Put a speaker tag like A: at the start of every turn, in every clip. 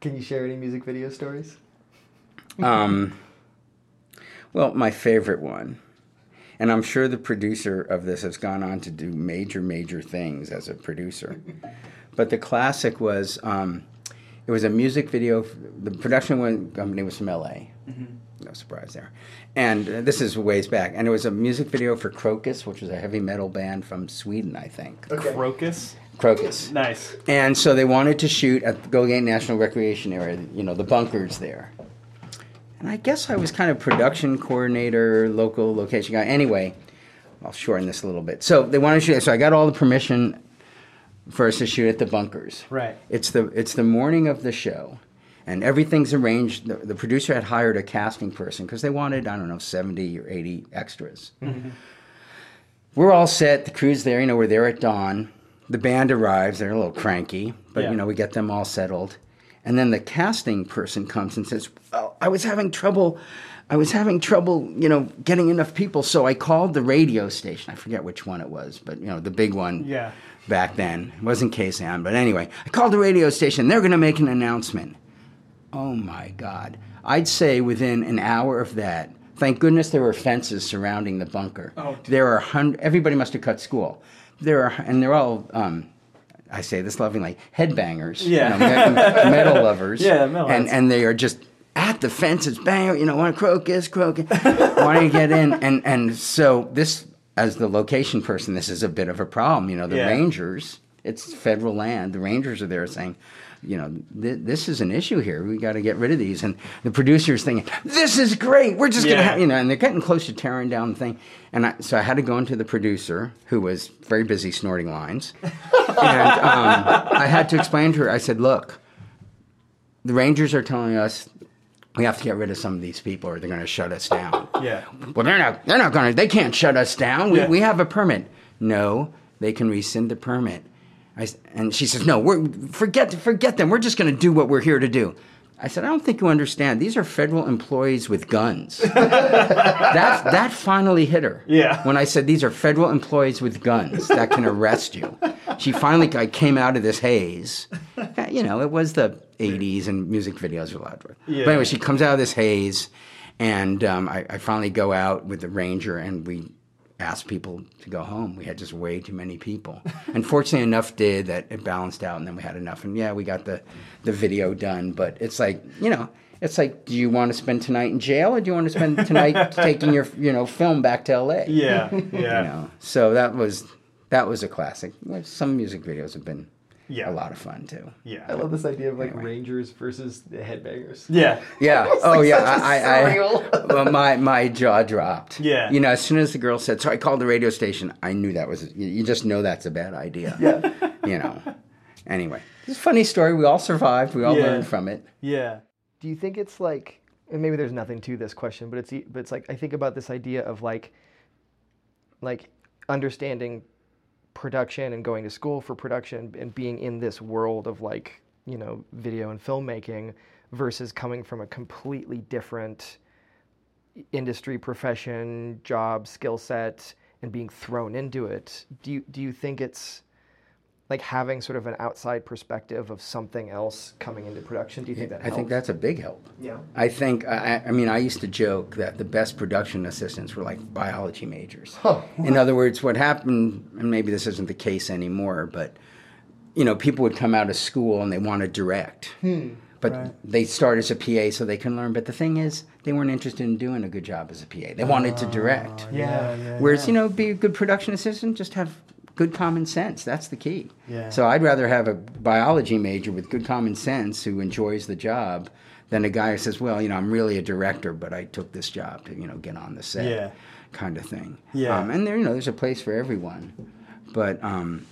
A: Can you share any music video stories?
B: Um, well, my favorite one, and I'm sure the producer of this has gone on to do major, major things as a producer, but the classic was um, it was a music video. The production one company was from LA. No surprise there. And uh, this is ways back. And it was a music video for Crocus, which was a heavy metal band from Sweden, I think.
A: Uh,
C: Crocus.
B: Crocus.
C: Nice.
B: And so they wanted to shoot at the Gogate National Recreation Area, you know, the bunkers there. And I guess I was kind of production coordinator, local location guy. Anyway, I'll shorten this a little bit. So they wanted to shoot, so I got all the permission for us to shoot at the bunkers.
C: Right.
B: It's the it's the morning of the show, and everything's arranged. The, the producer had hired a casting person because they wanted I don't know seventy or eighty extras. We're all set. The crew's there. You know, we're there at dawn. The band arrives. They're a little cranky, but
C: Yeah.
B: you know we get them all settled. And then the casting person comes and says, "Well, I was having trouble. I was having trouble, you know, getting enough people. So I called the radio station. I forget which one it was, but you know, the big one
C: Yeah.
B: back then. It wasn't KSAM, but anyway, I called the radio station. They're going to make an announcement. Oh my God. I'd say within an hour of that, thank goodness there were fences surrounding the bunker.
C: Oh, dear.
B: there are hundred, everybody must have cut school. There are, and they're all, um, I say this lovingly, headbangers. you
C: Yeah.
B: know, me- metal lovers.
C: Yeah, metal
B: And,
C: heads.
B: and they are just at the fences, bang, you know, want to crocus, crocus, want to get in. And, and so this, as the location person, this is a bit of a problem. You know, the
C: Yeah.
B: rangers, it's federal land. The rangers are there saying, you know, th- this is an issue here. We got to get rid of these. And the producer's thinking, this is great. We're just going
C: Yeah.
B: to, have, you know, and they're getting close to tearing down the thing. And I, so I had to go into the producer, who was very busy snorting lines. and um, I had to explain to her, I said, look, the Rangers are telling us we have to get rid of some of these people or they're going to shut us down.
C: Yeah.
B: Well, they're not. They're not going to. They can't shut us down. We,
C: Yeah.
B: we have a permit. No, they can rescind the permit. I s and she says, "No, we're forget forget them. We're just going to do what we're here to do." I said, "I don't think you understand. These are federal employees with guns." that that finally hit her.
C: Yeah.
B: When I said these are federal employees with guns that can arrest you, she finally I came out of this haze. Uh, You know, it was the '80s and music videos were loud.
C: Yeah.
B: But anyway, she comes out of this haze, and um, I, I finally go out with the ranger, and we asked people to go home. We had just way too many people. Unfortunately, enough did that it balanced out, and then we had enough. And yeah, we got the the video done, but it's like you know. It's like, do you want to spend tonight in jail, or do you want to spend tonight taking your, you know, film back to L.A.?
C: Yeah. Yeah.
B: You know, so that was that was a classic. Some music videos have been
C: Yeah.
B: a lot of fun too.
C: Yeah.
A: I love this idea of like Rangers versus the Headbangers.
C: Yeah.
B: Yeah. oh, yeah.
A: such a
B: I, I, I
A: surreal-
B: well, my my jaw dropped.
C: Yeah.
B: You know, as soon as the girl said, "So I called the radio station," I knew that was you, you just know that's a bad idea.
A: Yeah.
B: You know. Anyway, it's a funny story. We all survived. We all
C: Yeah.
B: learned from it.
C: Yeah.
A: Do you think it's like, and maybe there's nothing to this question, but it's e- but it's like I think about this idea of like, like understanding production and going to school for production and being in this world of like you know video and filmmaking versus coming from a completely different industry profession job skill set and being thrown into it do you do you think it's like having sort of an outside perspective of something else coming into production do you think that
B: I
A: helps?
B: think that's a big help.
A: yeah
B: I think I, I mean I used to joke that the best production assistants were like biology majors. In other words, what happened, and maybe this isn't the case anymore, but you know, people would come out of school and they want to direct,
A: Hmm.
B: but they start as a PA so they can learn. But the thing is, they weren't interested in doing a good job as a PA. They wanted to direct.
C: Oh, Yeah. Yeah.
B: Whereas, you know, be a good production assistant, just have good common sense. That's the key.
C: Yeah.
B: So I'd rather have a biology major with good common sense who enjoys the job than a guy who says, well, you know, I'm really a director, but I took this job to, you know, get on the set
C: Yeah.
B: kind of thing.
C: Yeah.
B: Um, and there, you know, there's a place for everyone. But, um,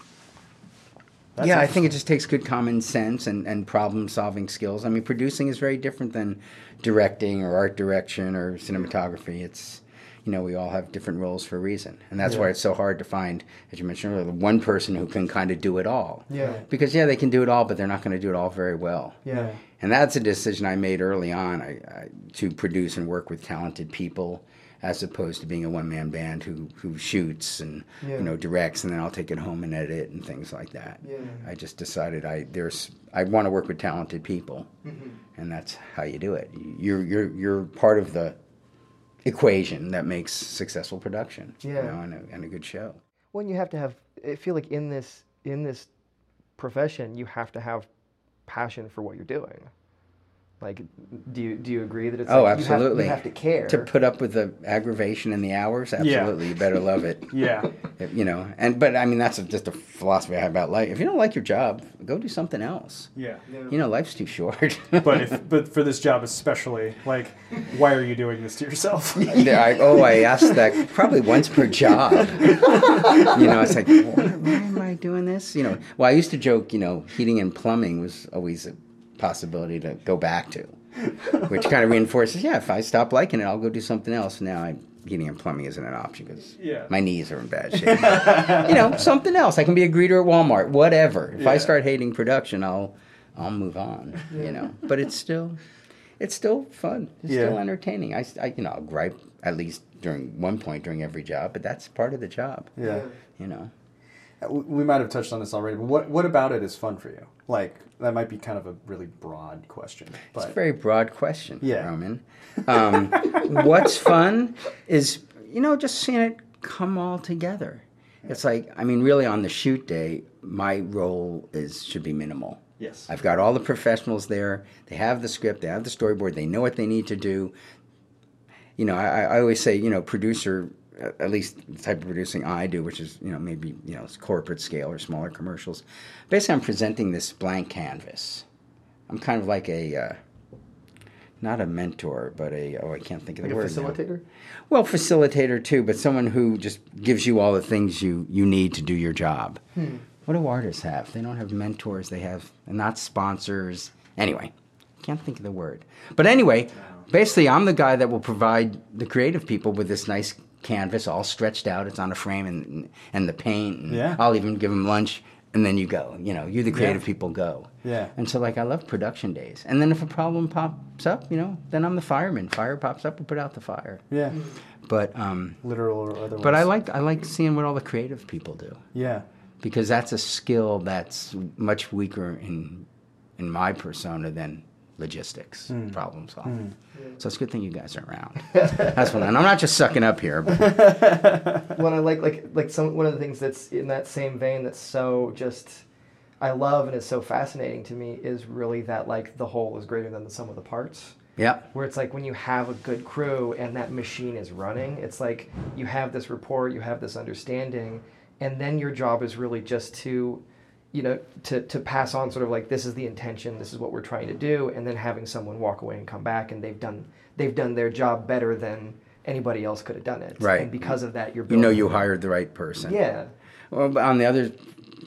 C: That's
B: yeah, I think it just takes good common sense and, and problem solving skills. I mean, producing is very different than directing or art direction or cinematography. It's, you know, we all have different roles for a reason. And that's why
C: Yeah.
B: it's so hard to find, as you mentioned earlier, the one person who can kind of do it all.
A: Yeah.
B: Because, yeah, they can do it all, but they're not going to do it all very well.
A: yeah
B: And that's a decision I made early on I, I, to produce and work with talented people as opposed to being a one man band who who shoots and
A: Yeah.
B: you know directs and then I'll take it home and edit it and things like that.
A: Yeah.
B: I just decided I there's I want to work with talented people,
A: Mm-hmm.
B: and that's how you do it. You're you're you're part of the equation that makes successful production.
A: Yeah.
B: you know, and, a, and a good show.
A: Well, you have to have. I feel like in this in this profession, you have to have passion for what you're doing. Like, do you do you agree that it's
B: Oh,
A: like
B: absolutely.
A: You have, you have to care.
B: To put up with the aggravation and the hours,
C: Yeah.
B: absolutely, you better love it.
C: Yeah.
B: If- you know, and but I mean that's just a philosophy I have about life. If you don't like your job, go do something else.
C: Yeah.
B: You know, life's too short.
C: But if but for this job especially, like, why are you doing this to yourself?
B: There, I, oh, I asked that probably once per job. you know, it's like, why, why am I doing this? You know, well, I used to joke, you know, heating and plumbing was always a possibility to go back to, which kind of reinforces, yeah, if I stop liking it, I'll go do something else. Now I, heating and plumbing isn't an option because
C: Yeah.
B: my knees are in bad shape. you know, something else. I can be a greeter at Walmart, whatever. If I
C: Yeah.
B: start hating production, I'll, I'll move on. You know, but it's still, it's still fun. It's
C: Yeah.
B: still entertaining. I, I- you know, I'll gripe at least during one point during every job, but that's part of the job.
C: Yeah.
B: You know,
C: We we might have touched on this already, but what what about it is fun for you? Like that might be kind of a really broad question,
B: it's a
C: but
B: very broad question,
C: Yeah.
B: Roman. Um, what's fun is you know just seeing it come all together. It's like I mean, really, on the shoot day, my role is should be minimal.
C: yes,
B: I've got all the professionals there. They have the script. They have the storyboard. They know what they need to do. You know, I, I always say, you know, producer, a- at least the type of producing I do, which is, you know, maybe, you know, it's corporate scale or smaller commercials. Basically, I'm presenting this blank canvas. I'm kind of like a, uh, not a mentor, but a, oh, I can't think of
A: like
B: the
A: a
B: word. now.
A: facilitator.
B: Well, facilitator too, but someone who just gives you all the things you, you need to do your job.
A: Hmm.
B: What do artists have? They don't have mentors, they have and not sponsors. Anyway, can't think of the word. But anyway, basically, I'm the guy that will provide the creative people with this nice canvas all stretched out. It's on a frame and, and the paint. And
C: Yeah.
B: I'll even give them lunch and then you go. You know, you, the creative
C: Yeah.
B: people, go.
C: Yeah.
B: And so, like, I love production days. And then if a problem pops up, you know, then I'm the fireman. Fire pops up, we put out the fire
C: yeah,
B: but um,
C: literal or otherwise.
B: but I like I like seeing what all the creative people do
C: yeah,
B: because that's a skill that's much weaker in in my persona than logistics problem solving. So it's a good thing you guys are around. that's what, and I'm not just sucking up here. But
A: When I like like like some one of the things that's in that same vein that's so just I love and is so fascinating to me is really that like the whole is greater than the sum of the parts.
B: yeah,
A: where it's like when you have a good crew and that machine is running, it's like you have this rapport, you have this understanding, and then your job is really just to, you know, to, to pass on sort of like this is the intention, this is what we're trying to do, and then having someone walk away and come back and they've done they've done their job better than anybody else could have done it.
B: Right.
A: And because of that you're
B: you know
A: building-
B: you hired the right person.
A: Yeah.
B: Well, but on the other,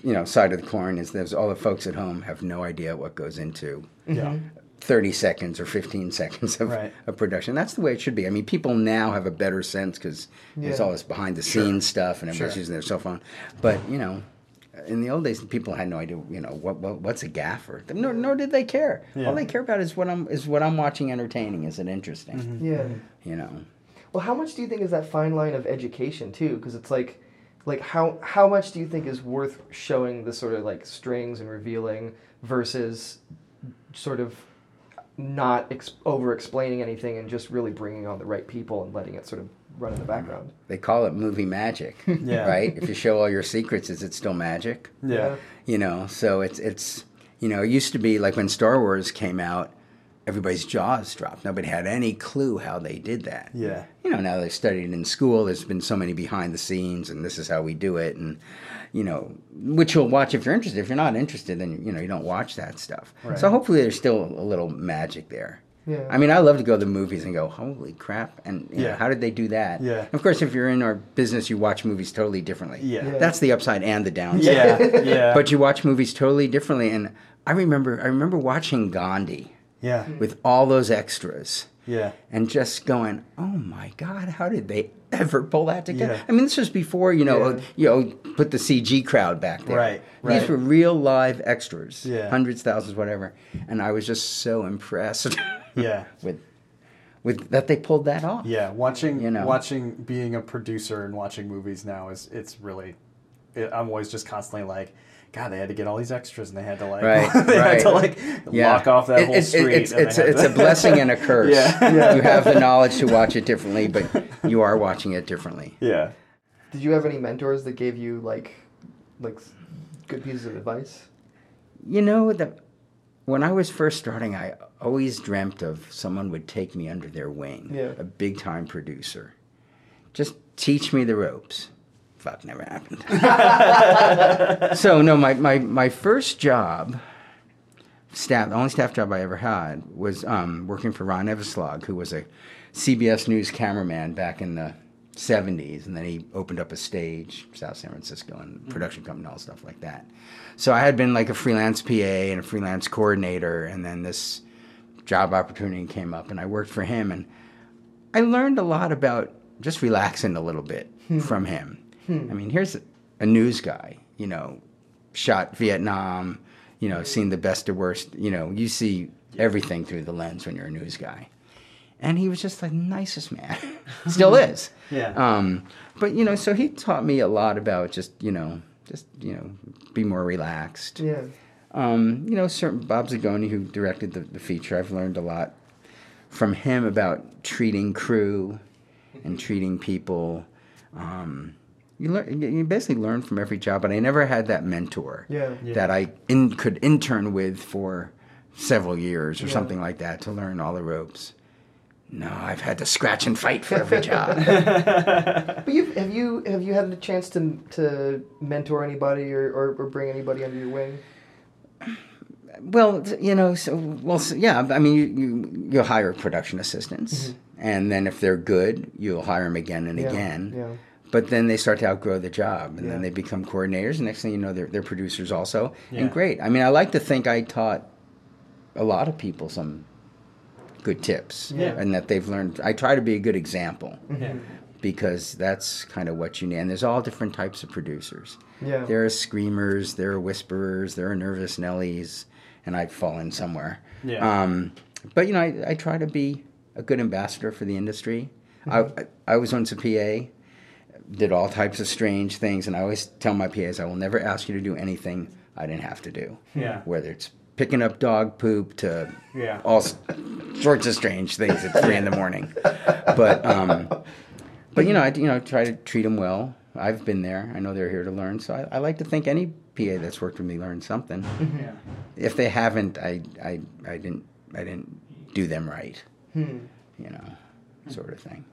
B: you know, side of the coin is there's all the folks at home have no idea what goes into
C: yeah,
B: 30 seconds or 15 seconds of,
C: Right.
B: of production. That's the way it should be. I mean, people now have a better sense because there's
A: Yeah.
B: all this behind the scenes stuff and everybody's
C: Sure.
B: using their cell phone. But, you know, in the old days, people had no idea, you know, what, what what's a gaffer? Nor, nor did they care.
C: Yeah.
B: All they care about is what I'm is what I'm watching entertaining. Is it interesting?
C: Mm-hmm.
A: Yeah.
B: You know.
A: Well, how much do you think is that fine line of education too? Because it's like, like how how much do you think is worth showing the sort of like strings and revealing versus sort of not ex- over explaining anything and just really bringing on the right people and letting it sort of run in the background.
B: They call it movie magic,
C: Yeah.
B: right? If you show all your secrets, is it still magic?
C: yeah,
B: you know so it's it's you know it used to be like when star wars came out everybody's jaws dropped nobody had any clue how they did that
C: yeah,
B: you know now they've studied in school there's been so many behind the scenes and this is how we do it and you know which you'll watch if you're interested if you're not interested then you know you don't watch that stuff so hopefully there's still a little magic there
A: Yeah.
B: I mean, I love to go to the movies and go, holy crap! And you know,
C: Yeah.
B: how did they do that?
C: Yeah.
B: Of course, if you're in our business, you watch movies totally differently.
C: Yeah. Yeah.
B: That's the upside and the downside
C: yeah, yeah,
B: but you watch movies totally differently and i remember i remember watching gandhi
C: yeah,
B: with all those extras
C: Mm-hmm. yeah,
B: and just going oh my god how did they ever pull that together
C: Yeah.
B: i mean this was before you know
A: Yeah.
B: you know put the cg crowd back there
C: Right,
B: these
C: right.
B: were real live extras
C: Yeah.
B: hundreds thousands whatever and i was just so impressed
C: yeah.
B: with with that they pulled that off.
C: Yeah, watching
B: You know.
C: watching being a producer and watching movies now is it's really it, I'm always just constantly like God, they had to get all these extras, and they had to like
B: Right,
C: they had to
B: right.
C: like
B: Yeah.
C: lock off that
B: It-
C: whole
B: it's-
C: street.
B: It's,
C: and they
B: it's,
C: had
B: it's
C: to-
B: a blessing and a curse.
C: Yeah.
B: You have the knowledge to watch it differently, but you are watching it differently.
C: yeah.
A: Did you have any mentors that gave you like like s- good pieces of advice?
B: You know, the, when I was first starting, I always dreamt of someone would take me under their wing,
A: Yeah.
B: a big time producer. Just teach me the ropes. Fuck, never happened. so, no, my, my, my first job, staff, the only staff job I ever had, was um, working for Ron Everslog, who was a CBS News cameraman back in the 70s. And then he opened up a stage, South San Francisco, and production company, and all stuff like that. So I had been like a freelance PA and a freelance coordinator, and then this job opportunity came up, and I worked for him, and I learned a lot about just relaxing a little bit from him. I mean, here's a news guy, you know, shot Vietnam, you know, seen the best to worst, you know, you see everything through the lens when you're a news guy. And he was just the nicest man, still is.
C: Yeah.
B: Um, but you know, so he taught me a lot about just you know, just you know, be more relaxed.
A: Yeah.
B: Um, you know, certain Bob Zagoni who directed the, the feature, I've learned a lot from him about treating crew and treating people. Um, you learn, you basically learn from every job, but I never had that mentor
A: Yeah.
C: Yeah.
B: that I in, could intern with for several years or
A: Yeah.
B: something like that to learn all the ropes. No, I've had to scratch and fight for every job.
A: But you have you have you had the chance to to mentor anybody or, or, or bring anybody under your wing?
B: Well, th- you know, so well, so, yeah. I mean, you, you you'll hire production assistants, and then if they're good, you'll hire them again and
A: Mm-hmm. Yeah,
B: again.
A: yeah.
B: But then they start to outgrow the job, and then
A: Yeah.
B: they become coordinators. And next thing you know, they're they're producers also,
C: Yeah.
B: and great. I mean, I like to think I taught a lot of people some good tips,
C: Yeah.
B: and that they've learned. I try to be a good example
A: Mm-hmm.
C: yeah.
B: because that's kind of what you need. And there's all different types of producers.
A: Yeah.
B: There are screamers, there are whisperers, there are nervous Nellies, and I've fallen somewhere.
C: Yeah.
B: Um, but you know, I, I try to be a good ambassador for the industry.
C: Mm-hmm.
B: I, I I was once a PA, did all types of strange things, and I always tell my PAs, I will never ask you to do anything I didn't have to do.
C: Yeah.
B: Whether it's picking up dog poop to
C: Yeah.
B: all s- sorts of strange things at three in the morning, but um, but you know, I you know try to treat them well. I've been there. I know they're here to learn. So I, I like to think any PA that's worked with me learned something.
C: Yeah.
B: if they haven't, I, I I didn't I didn't do them right.
A: Hmm.
B: You know, sort of thing.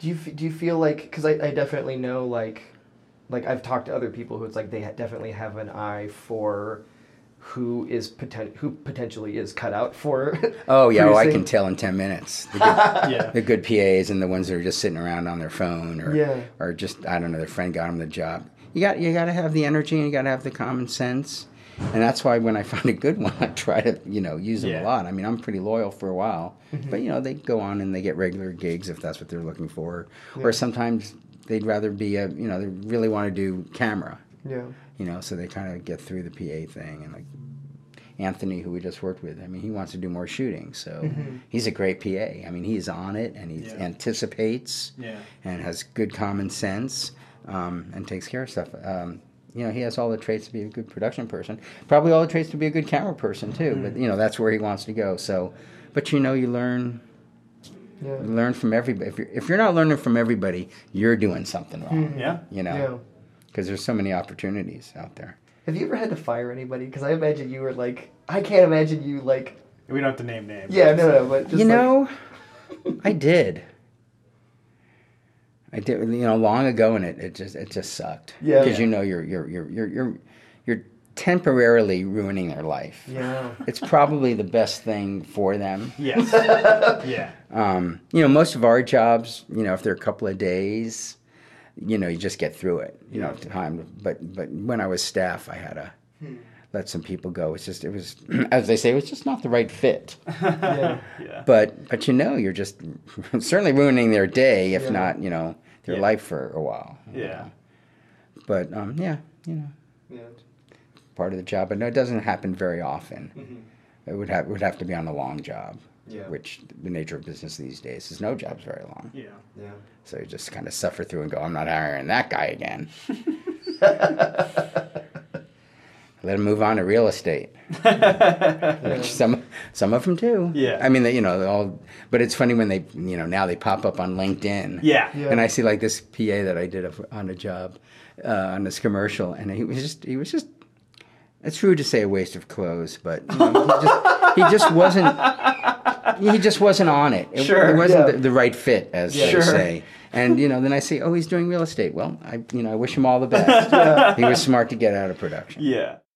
A: Do you f- do you feel like because I, I definitely know like like I've talked to other people who it's like they ha- definitely have an eye for who is poten- who potentially is cut out for.
B: Oh yeah, oh, I
A: producing.
B: can tell in ten minutes. The good,
C: Yeah.
B: the good PAs and the ones that are just sitting around on their phone or
A: Yeah.
B: or just I don't know their friend got them the job. You got you got to have the energy and you got to have the common sense. And that's why when I find a good one, I try to you know use them
C: Yeah. Mm-hmm.
B: a lot. I mean, I'm pretty loyal for a while, but you know they go on and they get regular gigs if that's what they're looking for, or sometimes they'd rather be a you know they really want to do camera
A: Yeah.
B: you know so they kind of get through the pa thing and like anthony who we just worked with i mean he wants to do more shooting so he's a great pa i mean he's on it and he
C: Mm-hmm. Yeah.
B: anticipates
C: Yeah.
B: and has good common sense um, and takes care of stuff um, you know he has all the traits to be a good production person probably all the traits to be a good camera person too
C: Mm-hmm.
B: but you know that's where he wants to go so but you know you learn
A: Yeah.
B: you learn from everybody if you're, if you're not learning from everybody you're doing something wrong
C: Mm-hmm. Yeah.
A: Yeah.
B: you know because there's so many opportunities out there
A: Have you ever had to fire anybody? Because I imagine you were like I can't imagine you like
C: We don't have to name names.
A: yeah no no but just
B: you
A: like-
B: know, I did. I did, you know, long ago, and it, it just it just sucked.
A: Yeah.
B: Because you know you're you're you're you're you're you're temporarily ruining their life.
A: yeah
B: It's probably the best thing for them.
C: Yes. yeah.
B: Um, you know, most of our jobs, you know, if they're a couple of days, you know, you just get through it. You don't
C: Yeah.
B: have time. But but when I was staff, I had to
A: Hmm.
B: let some people go. It's just it was, as they say, it was just not the right fit.
A: yeah
C: Yeah.
B: But but you know, you're just certainly ruining their day, if
A: Yeah.
B: not you know their
C: Yeah.
B: life for a while.
C: yeah.
B: But um, yeah, you know,
A: yeah Mm-hmm.
B: part of the job. But no, it doesn't happen very often. It would have would have to be on a long job.
D: Yeah.
B: which the nature of business these days is no job's very long.
E: Yeah.
D: Yeah.
B: So you just kind of suffer through and go, I'm not hiring that guy again. Let him move on to real estate, which some some of them do.
E: Yeah.
B: I mean, they, you know, they all. But it's funny when they, you know, now they pop up on LinkedIn.
E: Yeah.
A: Yeah.
B: And I see like this PA that I did of- on a job, uh, on this commercial, and he was just he was just. It's rude to say a waste of clothes, but you know, he, just, he just wasn't. He just wasn't on it. It,
E: Sure.
B: it wasn't
A: Yeah.
B: the, the right fit, as they
E: Sure.
B: say. And you know, then I see, oh, he's doing real estate. Well, I you know, I wish him all the best. He was smart to get out of production.
E: Yeah.